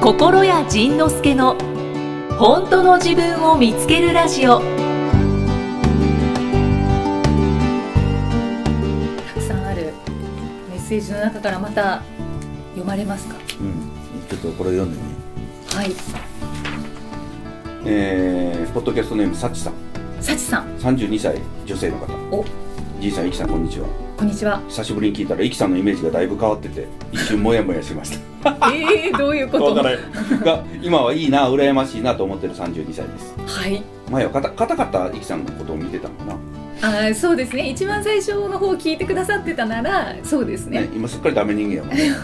心谷仁之助の本当の自分を見つけるラジオたくさんあるメッセージの中からまた読まれますかうん、ちょっとこれ読んでね、はいえー、ポッドキャストネームさちさん幸さん32歳女性の方おじいさんいきさんこんにちはこんにち は久しぶりに聞いたらいきさんのイメージがだいぶ変わってて一瞬モヤモヤしま したえー、どういうこわとかはらんが今はいいな羨ましいなと思ってる32歳ですい前はかた硬かったいきさんのことを見てたのかな、あーそうですね一番最初の方を聞いてくださってたならそうですねね、今すっかりダメ人間やもんね いや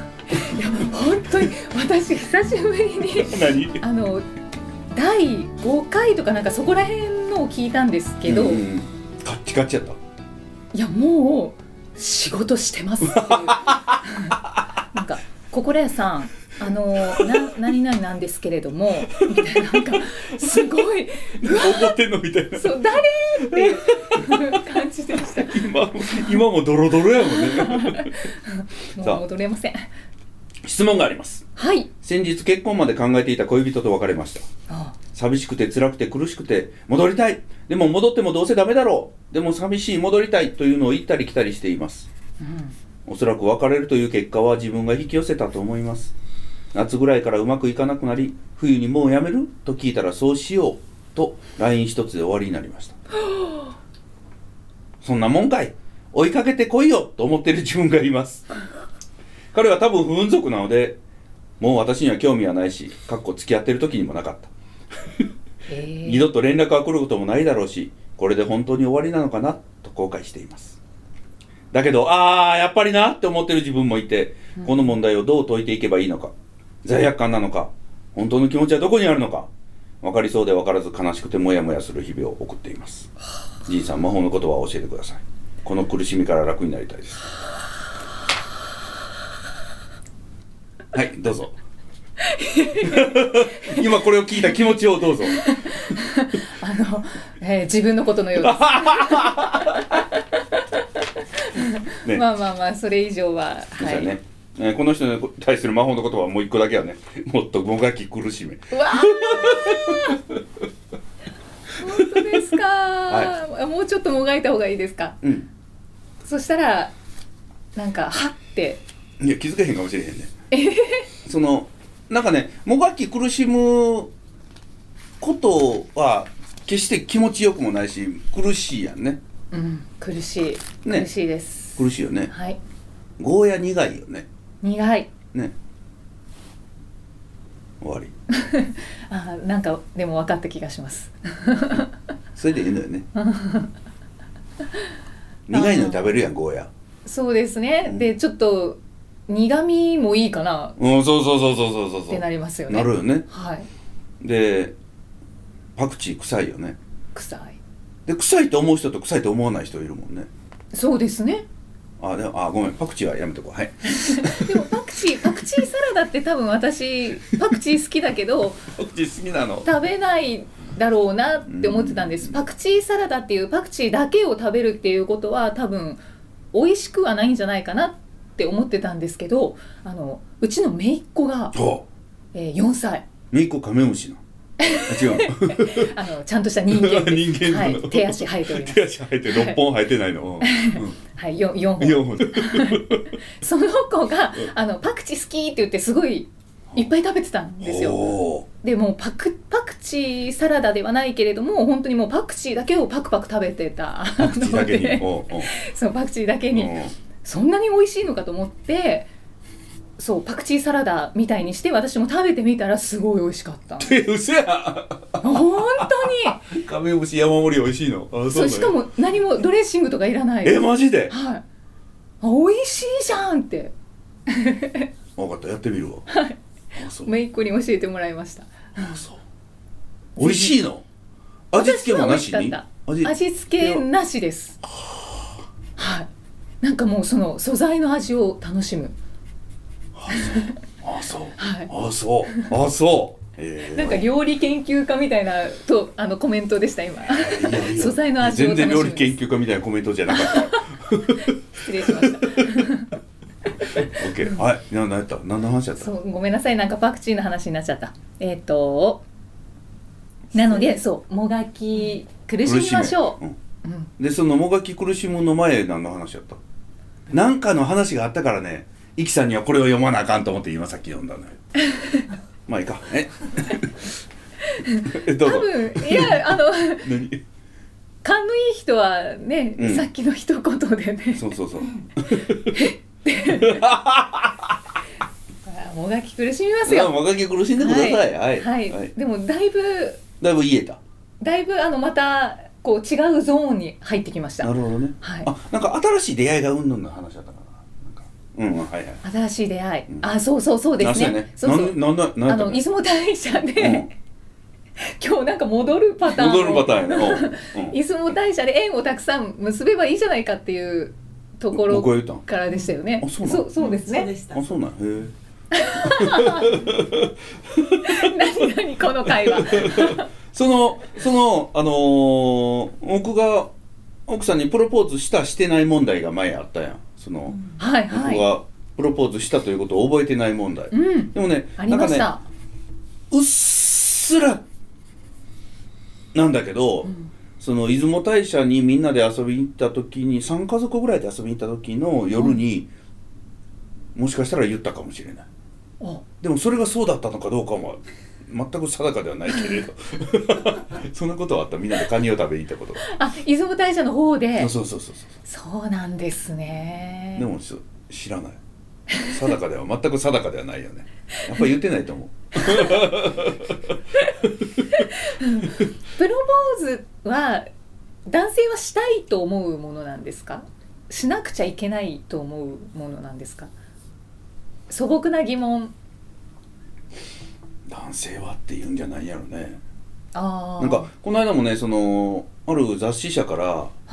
本当に私久しぶりに何あの第5回とかなんかそこら辺のを聞いたんですけど、うんいうんカッチカチやったやもう仕事してますっていう なんか「心屋さんあのな何々なんですけれども」みたいななんかすごい怒ってんのみたいなそう誰っていう感じで した今今もドロドロやもん ねもう戻れません質問がありますはい先日結婚まで考えていた恋人と別れましたあ寂しくて辛くて苦しくて戻りたいでも戻ってもどうせダメだろうでも寂しい戻りたいというのを行ったり来たりしていますうんおそらく別れるという結果は自分が引き寄せたと思います夏ぐらいからうまくいかなくなり冬にもうやめると聞いたらそうしようと LINE 一つで終わりになりました そんなもんかい追いかけてこいよと思っている自分がいます彼は多分不運族なのでもう私には興味はないしかっこ付き合ってる時にもなかったえ二ー、度と連絡が来ることもないだろうしこれで本当に終わりなのかなと後悔していますだけどああやっぱりなって思ってる自分もいて、この問題をどう解いていけばいいのか罪悪感なのか本当の気持ちはどこにあるのか分かりそうで分からず悲しくてモヤモヤする日々を送っていますじいさん魔法の言葉を教えてくださいこの苦しみから楽になりたいですはいどうぞ今これを聞いた気持ちをどうぞあの、えー自分のことのようです ねまあまあまあそれ以上はそうはだい、よね、えーこの人に対する魔法の言葉はもう一個だ けはねもっともがき苦しめうわー本当です か、もうちょっともがいた方がいいですかうんそしたらなんかはっていや気づけへんかもしれへんねそのなんかねもがき苦しむことは決して気持ちよくもないし苦しいやんねうん苦しい、ね苦しいです苦しいよねはいゴーヤ苦いよね苦いね終わりあーなんかでも分かった気がしますそれでいいの よね苦いの食べるやんゴーヤそうですね、でちょっと苦味もいいかなうんそうそうそうそうそうそうっそうてなりますよねなるよねはいでパクチー臭いよね臭いで臭いと思う人と臭いと思わない人いるもんねそうですねあでもあごめんパクチーはやめとこうはい でもパクチーパクチーサラダって多分私パクチー好きだけどパクチー好きなの食べないだろうなって思ってたんです、うんパクチーサラダっていうパクチーだけを食べるっていうことは多分美味しくはないんじゃないかなって思ってたんですけどあのうちの姪っ子が、そえー4歳うめいっ子カメムシなあ違うあのちゃんとした人間で 人間なはのい、手足生えております、手足生えて6本生えてないのはい、4, 4うん本4本その子があのパクチー好きって言ってすごいいっぱい食べてたんですよおでもうパクパクチーサラダではないけれども本当にもうパクチーだけをパクパク食べてたーパクチー だけにのでおうおうそうパクチーだけに、そんなに美味しいのかと思ってそうパクチーサラダみたいにして私も食べてみたらすごい美味しかったえ嘘や本当にカメムシ山盛り美味しいのあそうなのしかも何もドレッシングとかいらないえはいマジであ美味しいじゃんって分かったやってみるわはいあそうめいっ子に教えてもらいましたあそう美味しいの味付けもなしに私は美味しかった味付けなしですはいなんかもうその素材の味を楽しむあそう、はいあそうあそうええなんか料理研究家みたいなとあのコメントでした今 いやいや素材の味を楽し全む然料理 研究家みたいなコメントじゃなかった失礼しましたオッケけはいな何やった何の話やったそうごめんなさいなんかパクチーの話になっちゃったえっ、となのでそうもがき苦しみましょ苦めう、うん、うんでそのもがき苦しむの前何の話やったなんかの話があったからねイキさんにはこれを読まなあかんと思って今さっき読んだのよ まあいいかえ えど多うぞ分いやあの 何 勘のいい人はね、うんさっきの一言でねそうそうそうあもがき苦しみますまあよもがき苦しんでくださいはいはい、でもだいぶだいぶ言えただいぶあのまたこう違うゾーンに入ってきましたなるほどね、はいあなんか新しい出会いがうんぬんの話だったかななんかうんうんはいは新いしい出会い、うんあそうそうそうですあねそうそうやそねうなんなんあなんなんやったのか出雲大社で、な今日なんか戻るパターうンんを戻るパターンやね うんうん出雲大社で縁をたくさん結べばいいじゃないかっていうところ僕が言ったんからでしたよねあそうなのそうそうですそうでねしたあ。そうなんやへえ何何この 会話そのそのあのー僕が奥さんにプロポーズしたしてない問題が前あったやんその、はいは僕いがプロポーズしたということを覚えてない問題、うんでもねありました、なんかねうっすらなんだけど、その出雲大社にみんなで遊びに行った時に3家族ぐらいで遊びに行った時の夜に、もしかしたら言ったかもしれないあでもそれがそうだったのかどうかは全く定かではないけ れどそんなことはあったみんなでカニを食べに行ったことがあ出雲大社の方でそうそうそうそうそそうなんですうねでもちょっと知らない定かでは全く定かではないよねやっぱ言ってないと思うプロポーズは男性はしたいと思うものなんですかしなくちゃいけないと思うものなんですか素朴な疑問男性はって言うんじゃないやろねあーなんかこの間もねそのある雑誌社から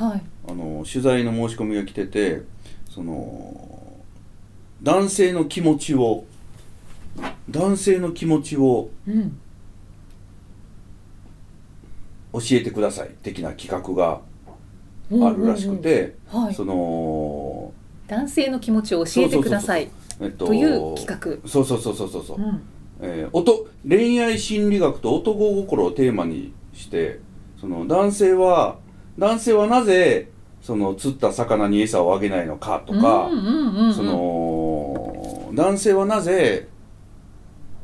はいあの取材の申し込みが来ててその男性の気持ちを男性の気持ちをうん教えてください的な企画があるらしくて、うんうんうんはいその男性の気持ちを教えてくださいえっとという企画そうそうそうそうそうそう、うんえーおと恋愛心理学と男心をテーマにしてその男性は男性はなぜその釣った魚に餌をあげないのかとか、うんうんうんうんその男性はなぜ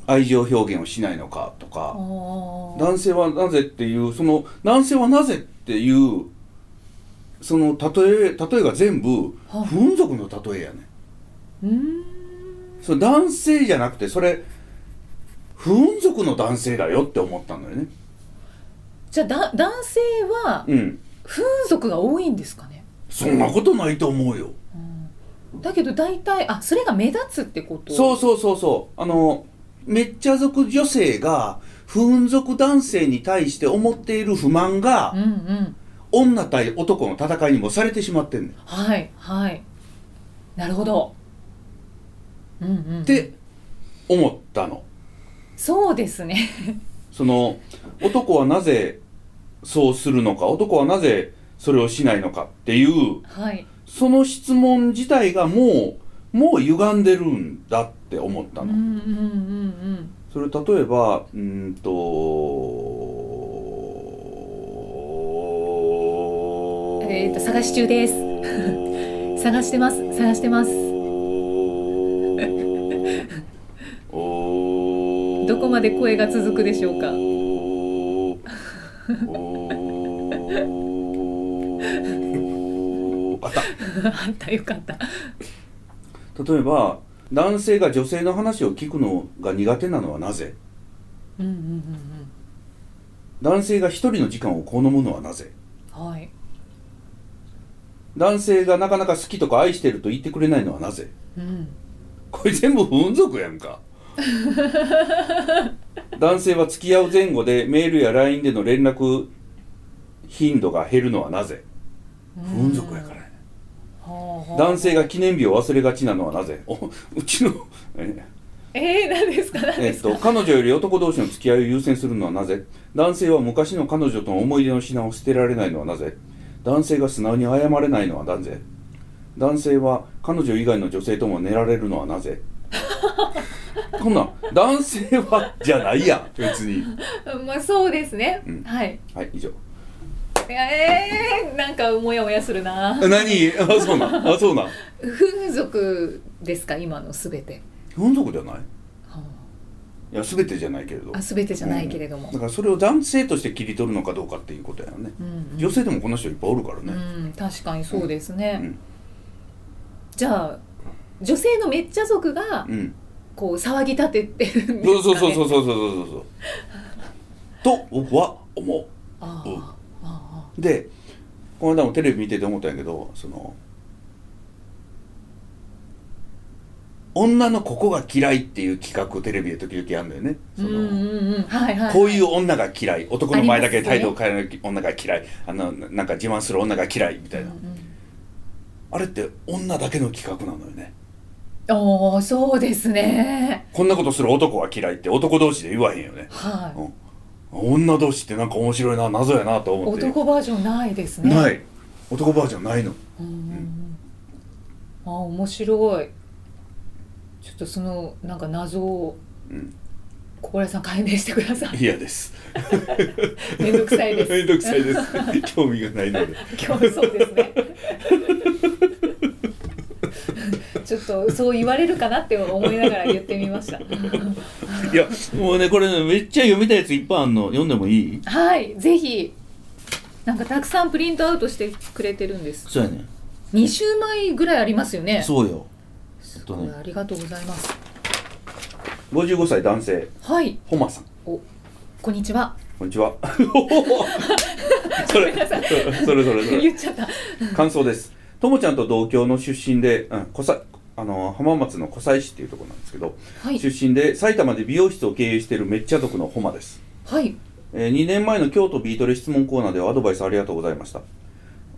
愛情表現をしないのかとか、あー男性はなぜっていうその男性はなぜっていうその例え例えが全部はい不運族の例えやねんうーんそれ男性じゃなくてそれ不運族の男性だよって思ったのよねじゃあだ男性はうん風俗が多いんですかね、そんなことないと思うようん、だけど大体あそれが目立つってことそうそうそうそうあのめっちゃ族女性が不運族男性に対して思っている不満がうんうん女対男の戦いにもされてしまってんねんはいはいなるほど、うんうん、って思ったのそうですね その男はなぜそうするのか男はなぜそれをしないのかっていうはいその質問自体がもうもう歪んでるんだって思ったうんの、うんうんそれ例えばうーんとえーと探し中です 探してます探してますどどこまで声が続くでしょうかうあったんあったよかった例えば男性が女性の話を聞くのが苦手なのはなぜうんうんうん男性が一人の時間を好むのはなぜうんはい男性がなかなか好きとか愛してると言ってくれないのはなぜうんこれ全部不運族やんか 男性は付き合う前後でメールや LINE での連絡頻度が減るのはなぜ不運族やからやねはあはあ男性が記念日を忘れがちなのはなぜおうちのええー、何ですか何えでっすか、と彼女より男同士の付き合いを優先するのはなぜ男性は昔の彼女との思い出の品を捨てられないのはなぜ男性が素直に謝れないのはなぜ男性は彼女以外の女性とも寝られるのは なぜこんなん男性はじゃないやん別にまあそうですね、うんはいはい以上いやえー、なんかモヤモヤするなえ何 あそうなんあそうなん風俗ですか今のすべて、風俗じゃないはいや全てじゃないけれどああ全てじゃないけれどもうんだ、からそれを男性として切り取るのかどうかっていうことやよね、うんうん女性でもこんな人いっぱいおるからね、うん確かにそうですね、うんじゃあ女性のめっちゃ族がうんこう騒ぎ立ててるんですか、ね、そうそうそうそうそうそうそうそうと僕は思あうんああうでこの間もテレビ見てて思ったんやけどその女のここが嫌いっていう企画をテレビで時々やるんだよねあそうんの、うんうんはいはいこういう女が嫌い男の前だけありますね態度を変える女が嫌いあのなんか自慢する女が嫌いみたいな、うんうんあれって女だけの企画なのよねおーそうですねこんなことする男は嫌いって男同士で言わへんよねはい、女同士ってなんか面白いな謎やなと思って男バージョンないですねない男バージョンないのうんうんうんあ面白いちょっとそのなんか謎をうん小倉さん解明してください嫌ですめんどくさいですめんどくさいです 興味がないので今日そうですねちょっとそう言われるかなって思いながら言ってみましたいやもうねこれねめっちゃ読みたいやついっぱいあんの読んでもいいはいぜひなんかたくさんプリントアウトしてくれてるんですそうやね20枚ぐらいありますよねそうよえっすとごいねありがとうございます55歳男性はいホマさんおこんにちはこんに ちはそれそれそれそれ言っちゃった感想です。ともちゃんと同郷の出身で、うん、小さあの浜松の湖西市っていうところなんですけど、はい出身で埼玉で美容室を経営しているめっちゃ族のホマです、はいえー2年前の京都ビートレ質問コーナーではアドバイスありがとうございました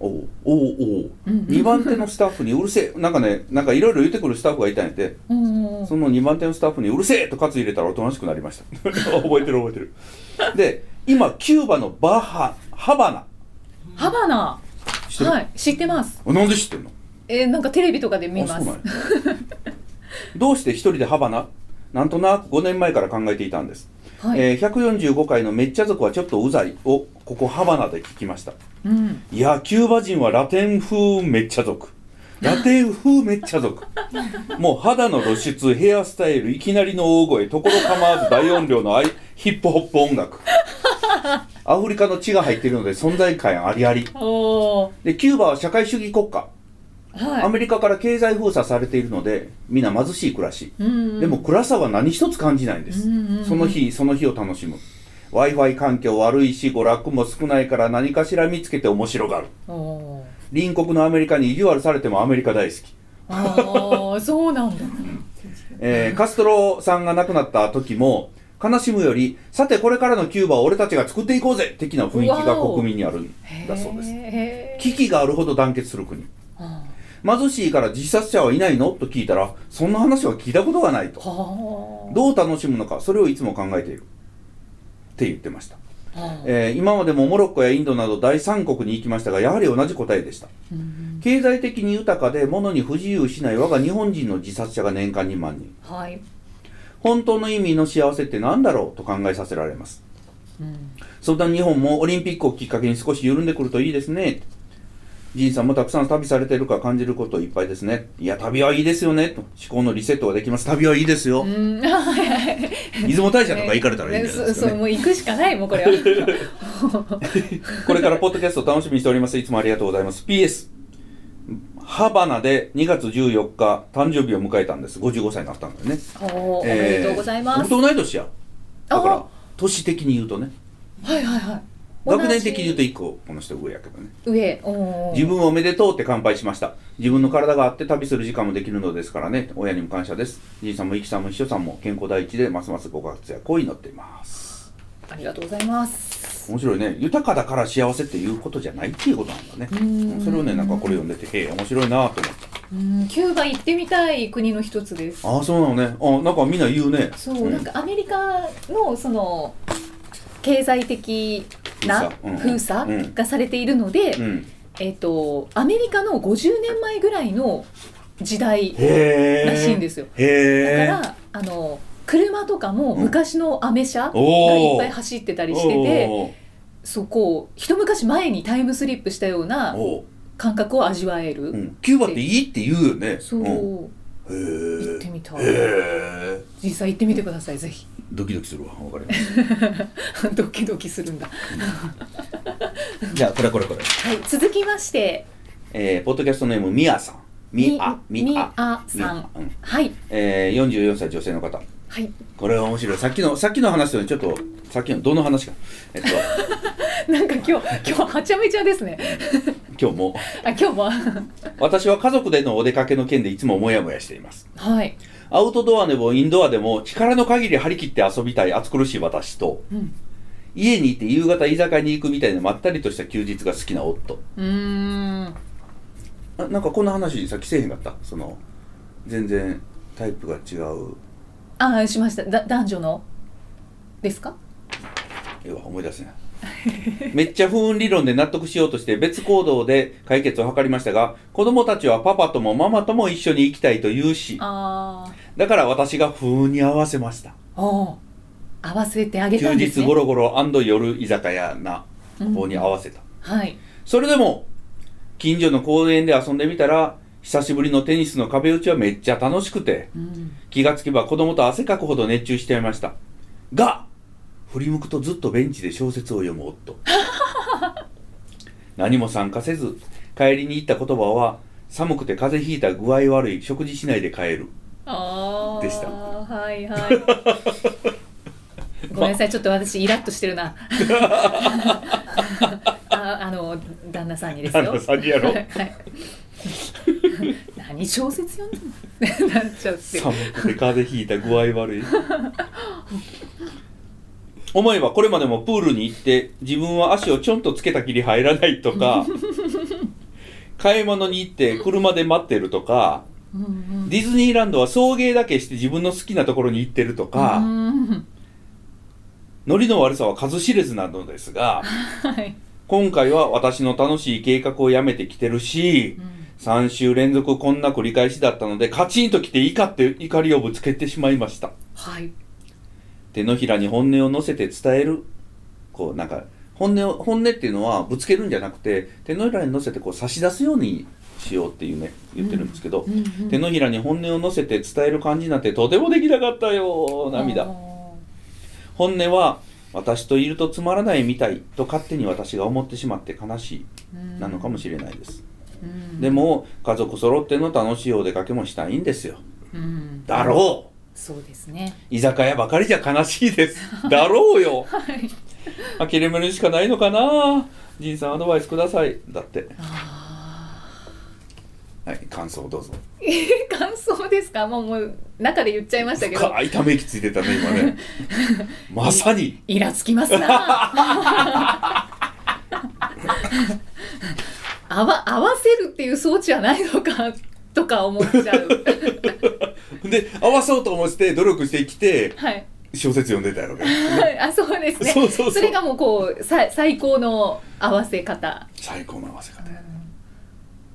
おおおおうん2番手のスタッフにうるせえなんかねなんかいろいろ言ってくるスタッフがいたんやってうんその2番手のスタッフにうるせえと喝入れたらおとなしくなりました 覚えてる覚えてるで今キューバのバハハバナハバナ知ってる、はい知ってますあなんで知ってんのえー、なんかテレビとかで見あまそうすなんやどうして一人でハバナなんとなく5年前から考えていたんです、はい、えー145回の「めっちゃ族はちょっとうざい」をここハバナで聞きましたうんいやキューバ人はラテン風めっちゃ族ラテン風めっち ゃ族もう肌の露出ヘアスタイルいきなりの大声ところ構わず大音量のアイヒップホップ音楽アフリカの血が入っているので存在感ありありおーでキューバは社会主義国家はいアメリカから経済封鎖されているので皆貧しい暮らしででも、暗さは何一つ感じないんです、うんうんうんその日その日を楽しむ w i f i 環境悪いし娯楽も少ないから何かしら見つけて面白がるおー隣国のアメリカに意地悪されてもアメリカ大好き、ああ、そうなん だ。えーカストロさんが亡くなった時も悲しむよりさてこれからのキューバを俺たちが作っていこうぜ的な雰囲気が国民にあるんだそうですへ危機があるほど団結する国ーは貧しいから自殺者はいないのと聞いたらそんな話は聞いたことがないとあ。はどう楽しむのかそれをいつも考えているって言ってました、あ。えー今までもモロッコやインドなど第三国に行きましたがやはり同じ答えでしたうん経済的に豊かで物に不自由しない我が日本人の自殺者が年間2万人はい。本当の意味の幸せって何だろうと考えさせられますうんそんな日本もオリンピックをきっかけに少し緩んでくるといいですねジンさんもたくさん旅されてるから感じることいっぱいですねいや旅はいいですよねと思考のリセットができます旅はいいで すよ、うん。はいはいはい出雲大社とか行かれたらいいんじゃそないでうすか そねう、もう行くしかない、もうこ れは。これからポッドキャストを楽しみにしております。いつもありがとうございます。PS、ハバナで2月14日、誕生日を迎えたんです。55歳になったんだよね。おーおえーめでとうございます。僕と同い年や。だからあ、年的に言うとね。はいはいはい。学年的に言うと同1個、この人上やけどね。じ上。おー自分をおめでとうって乾杯しました。自分の体があって旅する時間もできるのですからね。親にも感謝です。じいさんもいきさんも秘書さんも健康第一で、ますますご活躍を祈っています。ありがとうございます。面白いね。豊かだから幸せっていうことじゃないっていうことなんだね。うんそれをね、なんかこれ読んでて、へえ、面白いなと思った。うん、キューバ行ってみたい国の一つです。ああそうなのねあなんかみんな言うねそう、んなんかアメリカのその経済的な封鎖うん封鎖うんがされているので、うんえっ、とアメリカの50年前ぐらいの時代へえらしいんですよ。だかへえらあの車とかも昔のアメ車がいおーっぱい走ってたりしてて、おーそこう一昔前にタイムスリップしたようなおー感覚を味わえる。うん、キューバっていいって言うよねそう、ん、へ行っえてみたへいえ実際行ってみてくださいぜ ひドキドキするわわかりますドキドキするんだ じゃあこれこれこれ、はい、続きましてえー、ポッドキャストネームみあさんみあみみみああみさあん、うんはいえー、44歳女性の方はい これは面白いさっきのさっきの話とねちょっとさっきのどの話かえっ となんか 今日今日はちゃめちゃですね今日もあ今日も私は家族でのお出かけの件でいつもモヤモヤしていますはい、アウトドアでもインドアでも力の限り張り切って遊びたい暑苦しい私とうん家にいて夕方居酒屋に行くみたいなまったりとした休日が好きな夫うーんあなんかこんな話さっきせえへんかったその全然タイプが違うあーしましただ男女のですかええわ思い 出せないめっちゃ不運理論で納得しようとして別行動で解決を図りましたが子供たちはパパともママとも一緒に行きたいと言うしあだから私が不運に合わせましたあ合わせてあげた休んです日ねゴロゴロ夜居酒屋な方に合わせた、はいそれでも近所の公園で遊んでみたら久しぶりのテニスの壁打ちはめっちゃ楽しくてうん気がつけば子供と汗かくほど熱中していましたが振り向くとずっとベンチで小説を読む夫 何も参加せず帰りに行った言葉は寒くて風邪ひいた具合悪い食事しないで帰るあーでしたはい はいごめんなさいちょっと私イラッとしてる なああの旦那さんにですよ旦那さんに やろはい何小説読んでんのなっちゃって寒くて風邪ひいた具合悪い 思えばこれまでもプールに行って自分は足をちょんとつけたきり入らないと か買い物に行って車で待ってるとかうんうんディズニーランドは送迎だけして自分の好きなところに行ってるとうかんノリの悪さは数知れずなのですがはい今回は私の楽しい計画をやめてきてるしうん3週連続こんな繰り返しだったのでカチンときて怒って怒りをぶつけてしまいましたはい手のひらに本音を乗せて伝えるこうなんか本音を本音っていうのはぶつけるんじゃなくて手のひらに乗せてこう差し出すようにしようっていうね言ってるんですけど、うんうん手のひらに本音を乗せて伝える感じなんてとてもできなかったよ涙あ本音は私といるとつまらないみたいと勝手に私が思ってしまって悲しーいなのかもしれないです、うんでも家族揃っての楽しいお出かけもしたいんですようんだろうそうですね居酒屋ばかりじゃ悲しい ですだろうよはい諦めるしかないのかな仁さんアドバイスくださいだってあはい感想をどうぞ 感想ですかもうもう中で言っちゃいましたけど深いため息ついてたね 今ねまさにイラつき ますな 合わ合わせるっていう装置はないのかとか思っちゃうで合わそうと思って努力してきてはい小説読んでたやろうけどあそうです ねそうそうそうれがもうこうさ最高の合わせ方最高の合わせ方や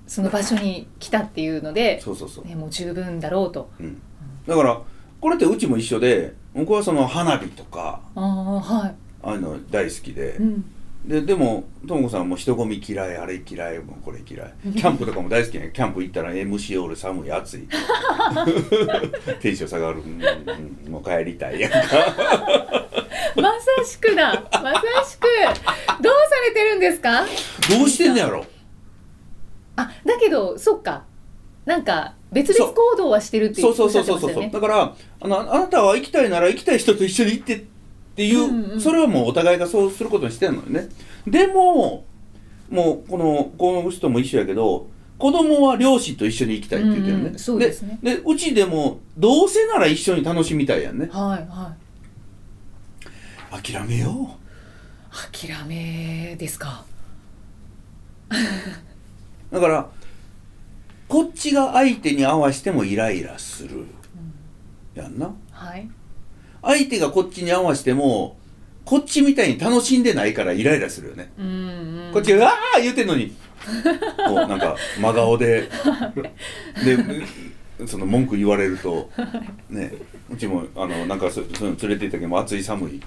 その場所に来たっていうので、そうそうそうね、もう十分だろうとうんだからこれってうちも一緒で僕はその花火とかああはああいうの大好きでい、うん、ででもともこさんはもう人混み嫌いあれ嫌いもうこれ嫌いキャンプとかも大好きやんキャンプ行ったら MC おる寒い 暑いテンション下がるうんうんもう帰りたいやんかまさしくだまさしくどうされてるんですかどうしてんのやろあだけどそっかなんか別々行動はしてるっていうそうそうそうそうそう、おっしゃってましたよねだからあのあなたは行きたいなら行きたい人と一緒に行ってっていう、うんうんそれはもうお互いがそうすることにしてるのよねでももうこのこの人も一緒やけど子供は両親と一緒に行きたいって言ってるよね、うんうんそうですねでうちでもどうせなら一緒に楽しみたいやんねはいは諦めようい諦めですかだからこっちが相手に合わせてもイライラするやんなはい相手がこっちに合わせてもこっちみたいに楽しんでないからイライラするよね、うんうんこっちが「ああ!」言うてんのにこうなんか真顔ででその文句言われるとねうちもあのなんかそうそういうの連れて行ったけども暑い寒い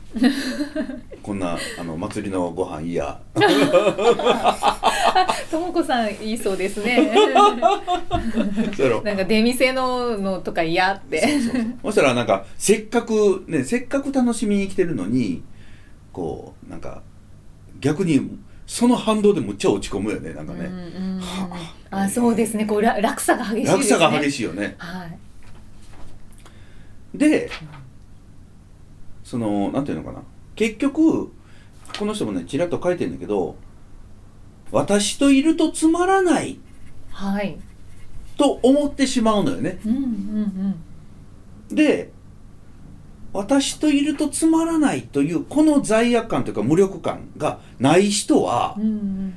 こんなあの祭りのご飯いいやともこさんいいそうです ねそうやろ なんか出店ののとか嫌ってそうそうそうそしたらなんかせっかくねせっかく楽しみに来てるのにこうなんか逆にその反動でむっちゃ落ち込むよねなんかうんね、うんうんはああそうですねこうら落差が激しいですね落差が激いしいよねはいでそのなんていうのかな結局この人もねちらっと書いてるんだけど私といるとつまらないはいと思ってしまうのよねうんうんうんで私といるとつまらないというこの罪悪感というか無力感がない人は、うんうん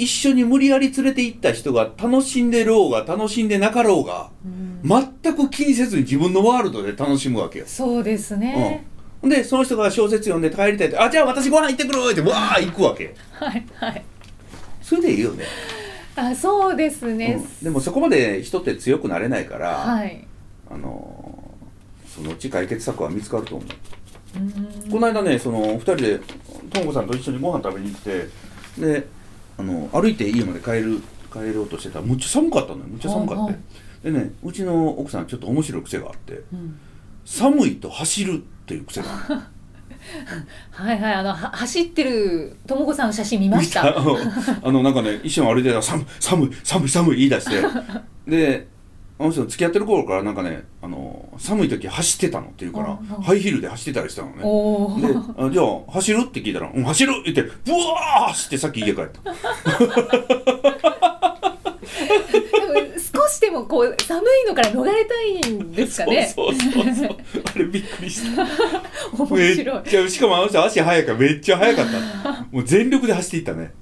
一緒に無理やり連れて行った人が楽しんでろうが楽しんでなかろうがうん全く気にせずに自分のワールドで楽しむわけよ。そうですね、うん、でその人が小説読んで帰りたいって「あじゃあ私ご飯行ってくる!」ってわー行くわけはいはいそれでいいよね、あそうですね、うん、でもそこまで人って強くなれないから、はいあのーそのうち解決策は見つかると思う、うんこの間ねその2人でともこさんと一緒にご飯食べに来てであの歩いて家まで帰る帰ろうとしてたらむっちゃ寒かったのよむっちゃ寒かった、はいはいでねうちの奥さんちょっと面白い癖があってうん寒いと走るっていう癖があるはいはいあのは走ってるともこさんの写真見ましたあのあのなんかね一緒に歩いてたら寒い寒い寒い寒い言い出してであの人付き合ってる頃からなんかねあの寒い時走ってたのって言うからうんうんハイヒールで走ってたりしたのねおおであじゃあ走るって聞いたら「うん走る!」って言ってブワー走ってさっき家帰った少しでもこう寒いのから逃れたいんですかねそうそうそうそう。あれびっくりした。面白いめっちゃしかもあの人足速いからめっちゃ速かった。もう全力で走っていったね。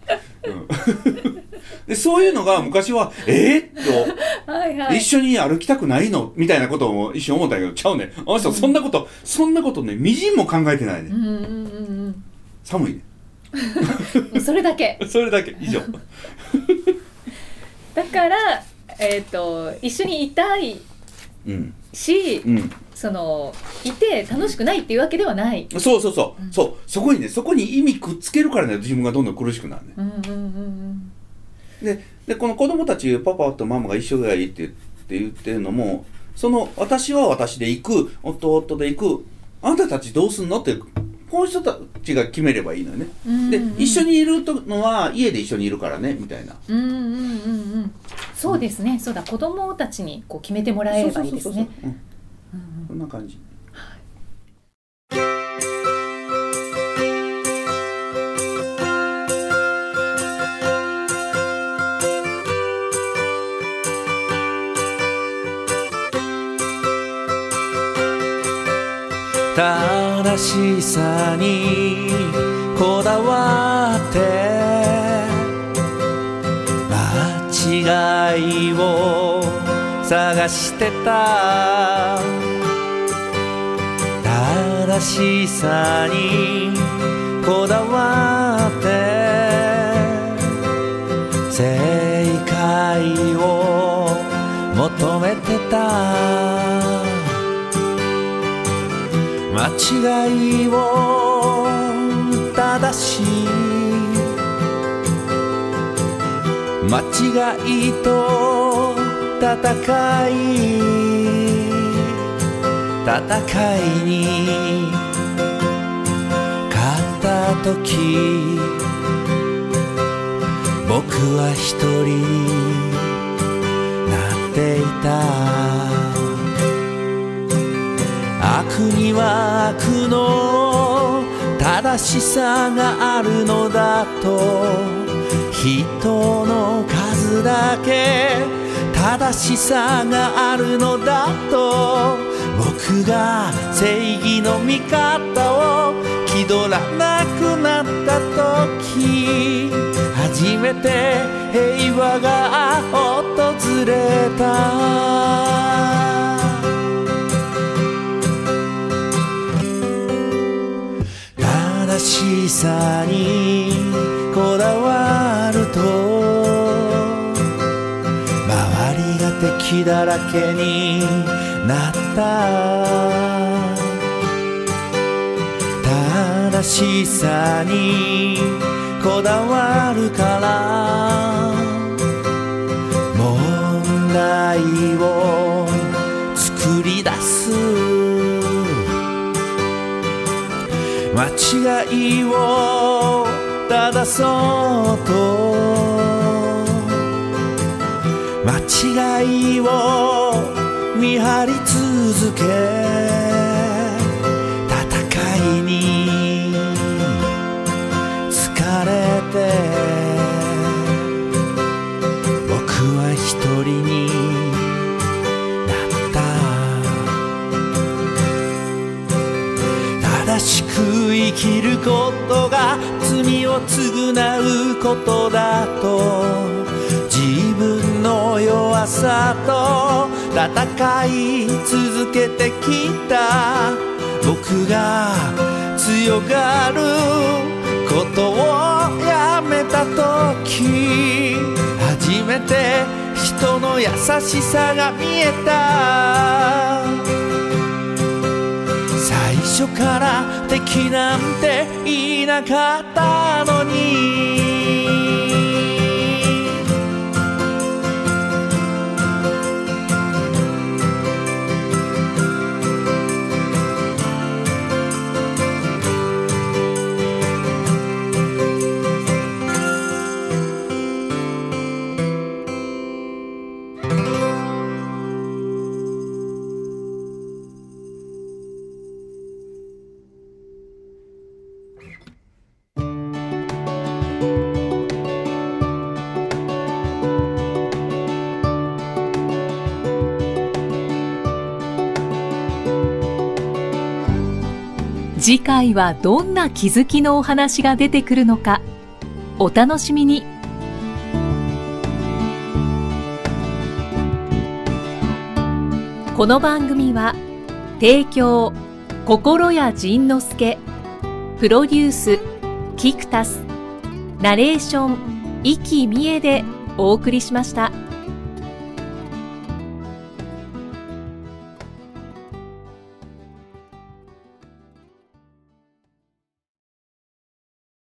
うん、 でそういうのが昔は「えー、っはいと、はい一緒に歩きたくないの?」みたいなことも一瞬思ったけどちゃうねあの人そんなこと、そんなことねみじんも考えてないね、うんうんうん寒いねうんそれだけそれだけ 以上だからえっ、と一緒にいたいうんし、うんそのいて楽しくないっていうわけではないそうそうそう、うんそうそこにねそこに意味くっつけるからね自分がどんどん苦しくなるねうんうんうんででこの子供たちパパとママが一緒がいいって言って言ってるのもその私は私で行く夫は夫で行くあんたたちどうすんのってこの人たちが決めればいいのよねうんで一緒ににいるのは家で一緒にいるからねみたいなうんうんうんうんそうですねそうだ子供たちにこう決めてもらえればいいですねそうそうそうそうううんんうんそんな感じ正しさにこだわって間違いを探してた正しさにこだわって正解を求めてた間違いを正し間違いと戦い戦いに勝った時僕は一人なっていた悪には悪の正しさがあるのだと人の数だけ正しさがあるのだと僕が正義の味方を気取らなくなった時初めて平和が訪れた正しさにこだわるときだらけになった正しさにこだわるから問題を作り出す間違いを正そうと間違いを見張り続け戦いに疲れて僕は一人になった正しく生きることが罪を償うことだと自分の弱さと戦い続けてきた僕が強がることをやめた時初めて人の優しさが見えた最初から敵なんていなかったのに次回はどんな気づきのお話が出てくるのかお楽しみにこの番組は提供心谷仁之助プロデュースキクタスナレーション生きみえでお送りしました。